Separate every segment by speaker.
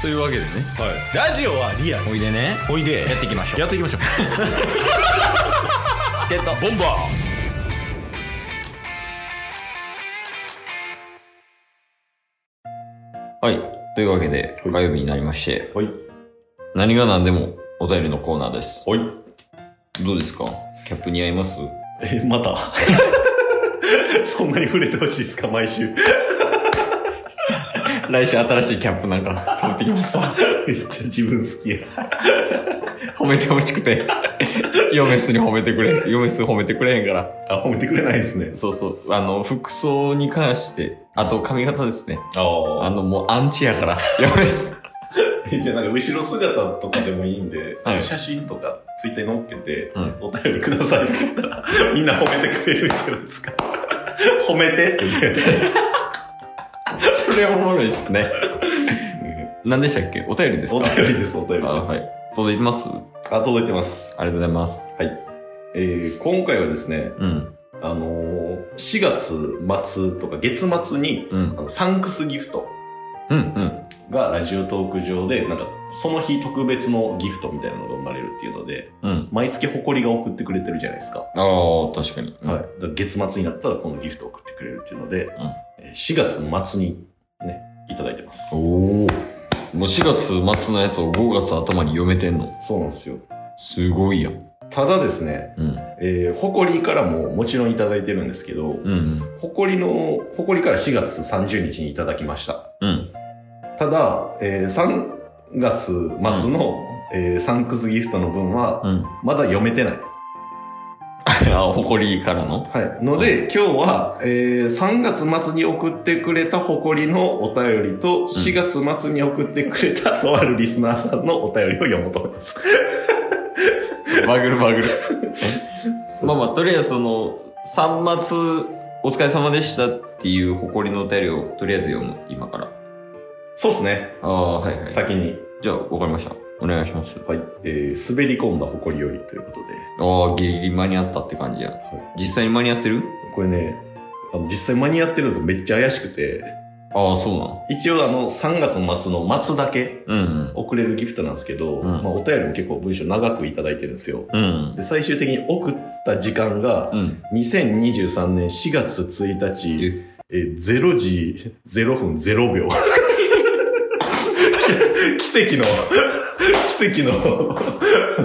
Speaker 1: というわけでね
Speaker 2: はい、ラジオはリアル
Speaker 1: おいでね
Speaker 2: おいで
Speaker 1: やっていきましょう
Speaker 2: やっていきましょ う
Speaker 1: ってた
Speaker 2: ボンバ
Speaker 1: はいというわけで火曜日になりまして
Speaker 2: ーはい
Speaker 1: 何が何でもお便りのコーナーです
Speaker 2: はい
Speaker 1: どうですかキャップ似合います
Speaker 2: えまた そんなに触れてほしいですか毎週
Speaker 1: 来週新しいキャップなんか 買ってきました
Speaker 2: めっちゃ自分好きや
Speaker 1: 褒めてほしくて 嫁すに褒めてくれ嫁す褒めてくれへんから
Speaker 2: あ褒めてくれないですね
Speaker 1: そうそうあの服装に関してあと髪型ですね
Speaker 2: あ
Speaker 1: あのもうアンチ やから嫁す
Speaker 2: えじゃあなんか後ろ姿とかでもいいんで、
Speaker 1: はい
Speaker 2: 写真とかツイッターに載っけて、
Speaker 1: うん
Speaker 2: お便りくださいって言ったら、 みんな褒めてくれるんじゃないですか。 褒め てって言って。
Speaker 1: それおもろいっすね何でしたっけお便りですか
Speaker 2: お便りです、お便り
Speaker 1: あ
Speaker 2: です。
Speaker 1: はい届いてますあ
Speaker 2: あ、届いてます。
Speaker 1: りがとうございます
Speaker 2: えー今回はですね、
Speaker 1: うん
Speaker 2: あのー4月末とか月末に、
Speaker 1: うん
Speaker 2: あのサンクスギフト
Speaker 1: うんうん
Speaker 2: がラジオトーク上で、なんか、その日特別のギフトみたいなのが生まれるっていうので、
Speaker 1: うん
Speaker 2: 毎月誇りが送ってくれてるじゃないですか。
Speaker 1: ああ確かに
Speaker 2: はい、だから月末になったらこのギフトを送ってくれるっていうので、えー4月の末にねいただいてます
Speaker 1: おおもう4月末のやつを5月頭に読めてんの
Speaker 2: そうなんですよ
Speaker 1: すごいやん
Speaker 2: ただですね、
Speaker 1: うん
Speaker 2: えー、誇りからももちろんいただいてるんですけど、
Speaker 1: うん
Speaker 2: 誇りの誇りから4月30日にいただきました
Speaker 1: うん
Speaker 2: ただ、えー3月末の、えーサンクスギフトの分は
Speaker 1: うん
Speaker 2: まだ読めてない、
Speaker 1: あ誇りからの
Speaker 2: はい、ので、今日は、えー3月末に送ってくれた誇りのお便りと、4月末に送ってくれたとあるリスナーさんのお便りを読もうと思います。
Speaker 1: バグるバグる まあまあとりあえずその3末お疲れ様でしたっていう誇りのお便りをとりあえず読む今から
Speaker 2: そうっすね。
Speaker 1: ああはいはい
Speaker 2: 先に。
Speaker 1: じゃあわかりましたお願いします
Speaker 2: はい。えー滑り込んだ誇りよりということで。
Speaker 1: ああギリギリ間に合ったって感じや、実際に間に合ってる
Speaker 2: これね、あの実際間に合ってるのめっちゃ怪しくて、
Speaker 1: ああそうなの
Speaker 2: 一応あの、3月末の末だけ
Speaker 1: うん
Speaker 2: 送れるギフトなんですけど、
Speaker 1: うん
Speaker 2: まあお便りも結構文章長くいただいてるんですよ。
Speaker 1: うん
Speaker 2: で、最終的に送った時間が、
Speaker 1: うん
Speaker 2: 2023年4月1日、えー、0時0分0秒。 奇跡の、奇跡の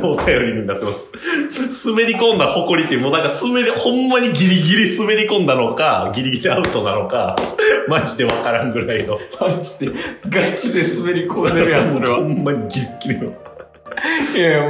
Speaker 2: お便りになってます。滑り込んだ誇りってもうなんか滑り、ほんまにギリギリ滑り込んだのか、ギリギリアウトなのか、マジでわからんぐらいの。
Speaker 1: マジでガチで滑り込んでるやんそれ
Speaker 2: ほ
Speaker 1: は
Speaker 2: んまにギリギリの。
Speaker 1: いやいやまあま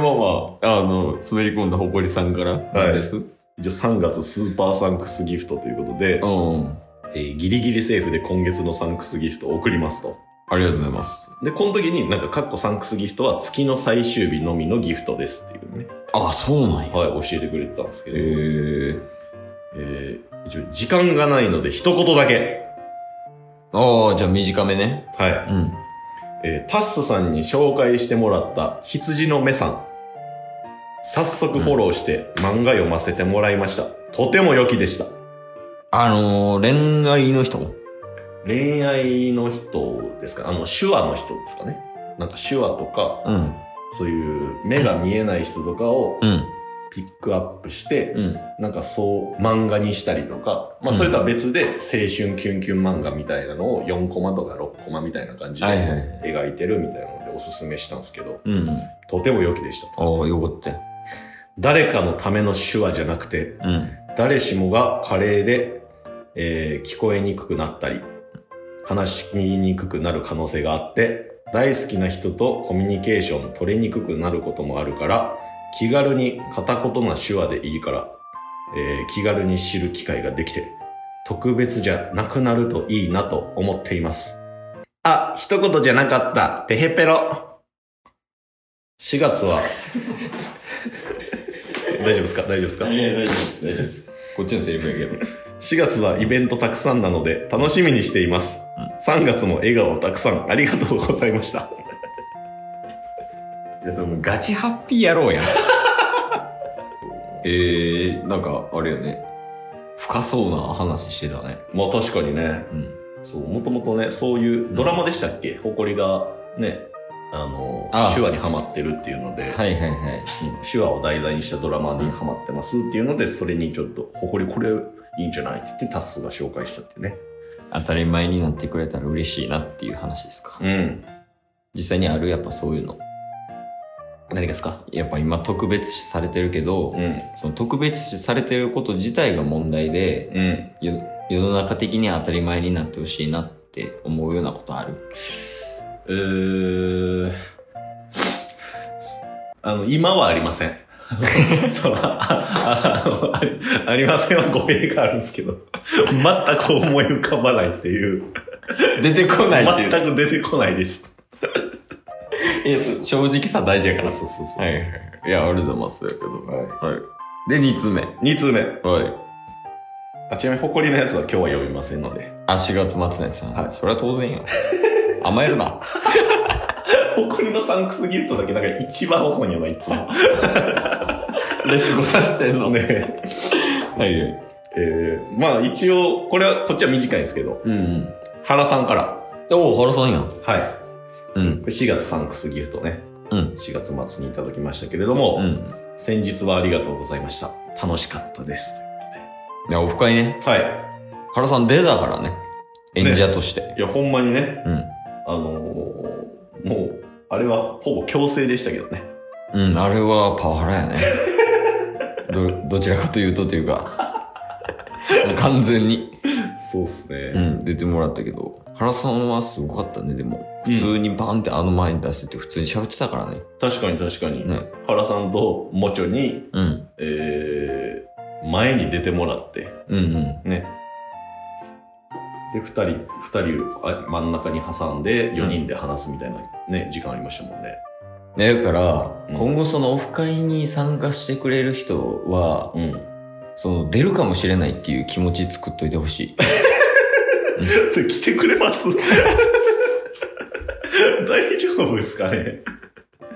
Speaker 1: ああの滑り込んだほこりさんからなんです、
Speaker 2: じゃあ3月スーパーサンクスギフトということで、
Speaker 1: うん
Speaker 2: えーギリギリセーフで今月のサンクスギフトを送りますと。
Speaker 1: ありがとうございます
Speaker 2: で、この時になんか、カッコサンクスギフトは月の最終日のみのギフトですっていうね、
Speaker 1: ああそうなんや
Speaker 2: はい、教えてくれてたんですけ
Speaker 1: へ
Speaker 2: ど、
Speaker 1: え
Speaker 2: えー一応、時間がないので一言だけ。
Speaker 1: ああじゃあ短めね
Speaker 2: はい。
Speaker 1: うん
Speaker 2: えータッスさんに紹介してもらった羊の目さん。早速フォローして漫画読ませてもらいました。とても良きでした。
Speaker 1: あのー、恋愛の人
Speaker 2: 恋愛の人ですかあの、手話の人ですかね。なんか手話とか、
Speaker 1: うん
Speaker 2: そういう目が見えない人とかを
Speaker 1: うん
Speaker 2: ピックアップして、
Speaker 1: うん
Speaker 2: なんかそう、漫画にしたりとか、まあ
Speaker 1: うん
Speaker 2: それとは別で、青春キュンキュン漫画みたいなのを4コマとか6コマみたいな感じ
Speaker 1: はいは
Speaker 2: で
Speaker 1: い
Speaker 2: 描いてるみたいなのでおすすめしたんですけど、
Speaker 1: うん
Speaker 2: とても良きでしたと。
Speaker 1: ああよかったよ
Speaker 2: 誰かのための手話じゃなくて、
Speaker 1: うん
Speaker 2: 誰しもが加齢で、えー聞こえにくくなったり、話しにくくなる可能性があって、大好きな人とコミュニケーション取れにくくなることもあるから、気軽に片言な手話でいいから、えー気軽に知る機会ができて、特別じゃなくなるといいなと思っています。あ、一言じゃなかった。てへぺろ。4月は、 大丈夫ですか大丈夫ですか
Speaker 1: や大丈夫です大丈夫ですこっちのセリフやけど
Speaker 2: 4月はイベントたくさんなので楽しみにしています。3月も笑顔たくさんありがとうございました。
Speaker 1: いやそれもうガチハッピーやろうやん えー、なんかあれよね深そうな話してたね
Speaker 2: まあ確かにね、
Speaker 1: うん
Speaker 2: そう、もともとね、そういうドラマでしたっけ、誇りがね、あの
Speaker 1: ああ
Speaker 2: 手話にはまってるっていうので、
Speaker 1: はいはいはい。
Speaker 2: うん手話を題材にしたドラマにハマってますっていうのでそれにちょっと「誇りこれいいんじゃない?」ってタッスが紹介したっていうね
Speaker 1: 当たり前になってくれたら嬉しいなっていう話ですか。
Speaker 2: ん
Speaker 1: 実際にあるやっぱそういうの。
Speaker 2: 何がですか
Speaker 1: やっぱ今特別視されてるけど、
Speaker 2: うん
Speaker 1: その特別視されてること自体が問題で、
Speaker 2: うん
Speaker 1: よ世の中的には当たり前になってほしいなって思うようなことある。
Speaker 2: えーあの今はありま せんそうあああのありありませんは語弊があるんですけど全く思い浮かばないっていう
Speaker 1: 出てこないってい
Speaker 2: 全
Speaker 1: う。
Speaker 2: く出てこないです
Speaker 1: いやそう正直さ大事やから。
Speaker 2: そうそうそう
Speaker 1: はいはいはい。いや、ありがとうございます。やけど。
Speaker 2: はい
Speaker 1: はい。で、2つ目。
Speaker 2: 2通目
Speaker 1: はい。
Speaker 2: あちなみに誇りのやつは今日は読みませんの で
Speaker 1: あ、4月末のやつな。
Speaker 2: はい
Speaker 1: それは当然よ。 甘えるな。
Speaker 2: 誇りのサンクスギルトだけなんか一番遅いよないつも
Speaker 1: レッツゴさしてんの。
Speaker 2: ね
Speaker 1: はいはい。
Speaker 2: えー、まあ一応これはこっちは短いんですけど
Speaker 1: うんうん。
Speaker 2: 原さんから
Speaker 1: おお、原さんやん。
Speaker 2: はい
Speaker 1: うん。
Speaker 2: これ4月サンクスギフトね
Speaker 1: うん。
Speaker 2: 4月末にいただきましたけれども、
Speaker 1: うん。
Speaker 2: 先日はありがとうございました楽しかったです
Speaker 1: いや、オフ会ね。
Speaker 2: はい
Speaker 1: 原さん出たからね。演者として。
Speaker 2: いやほんまにね
Speaker 1: うん。
Speaker 2: あのーもうあれはほぼ強制でしたけどね
Speaker 1: うん、あれはパワハラや ね。ど、どちらかというとというか、もう完全に、
Speaker 2: そうっすね
Speaker 1: うん、出てもらったけど、原さんはすごかったね、でも。普通にバンってあの前に出してて普通に喋ってたからね。
Speaker 2: 確かに確かに、
Speaker 1: ね
Speaker 2: 原さんともちょに、
Speaker 1: うん。
Speaker 2: えー前に出てもらって
Speaker 1: うんうん。
Speaker 2: ねで2人2人あ真ん中に挟んで4人で話すみたいな、ね、時間ありましたもんね
Speaker 1: ねだから、
Speaker 2: うん
Speaker 1: 今後そのオフ会に参加してくれる人は、
Speaker 2: うん
Speaker 1: その出るかもしれないっていう気持ち作っといてほしい。
Speaker 2: それ来てくれます 大丈夫ですかね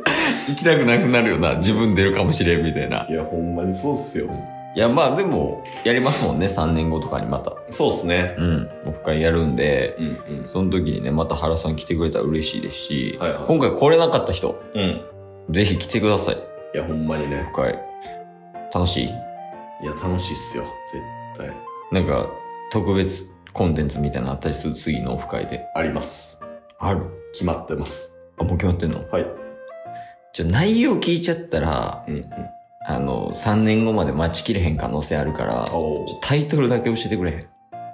Speaker 1: 行きたくなくなるよな。自分出るかもしれんみたいな。
Speaker 2: いやほんまにそうっすよ
Speaker 1: いや、まあでも、やりますもんね。3年後とかにまた。
Speaker 2: そうっすね
Speaker 1: うん。オフ会やるんで、
Speaker 2: うんうん
Speaker 1: その時にね、また原さん来てくれたら嬉しいですし、
Speaker 2: はいはい
Speaker 1: 今回来れなかった人、
Speaker 2: うん
Speaker 1: ぜひ来てください。
Speaker 2: いやほんまに
Speaker 1: オ
Speaker 2: ね
Speaker 1: フ会。楽しい
Speaker 2: いや楽しいっすよ絶対
Speaker 1: なんか、特別コンテンツみたいなのあったりする次のオフ会で。
Speaker 2: あります
Speaker 1: ある
Speaker 2: 決まってます
Speaker 1: あ、もう決まってんの
Speaker 2: はい
Speaker 1: じゃ、内容聞いちゃったら、
Speaker 2: うんうん
Speaker 1: あの、3年後まで待ちきれへん可能性あるから、ちょ
Speaker 2: お
Speaker 1: タイトルだけ教えてくれへん。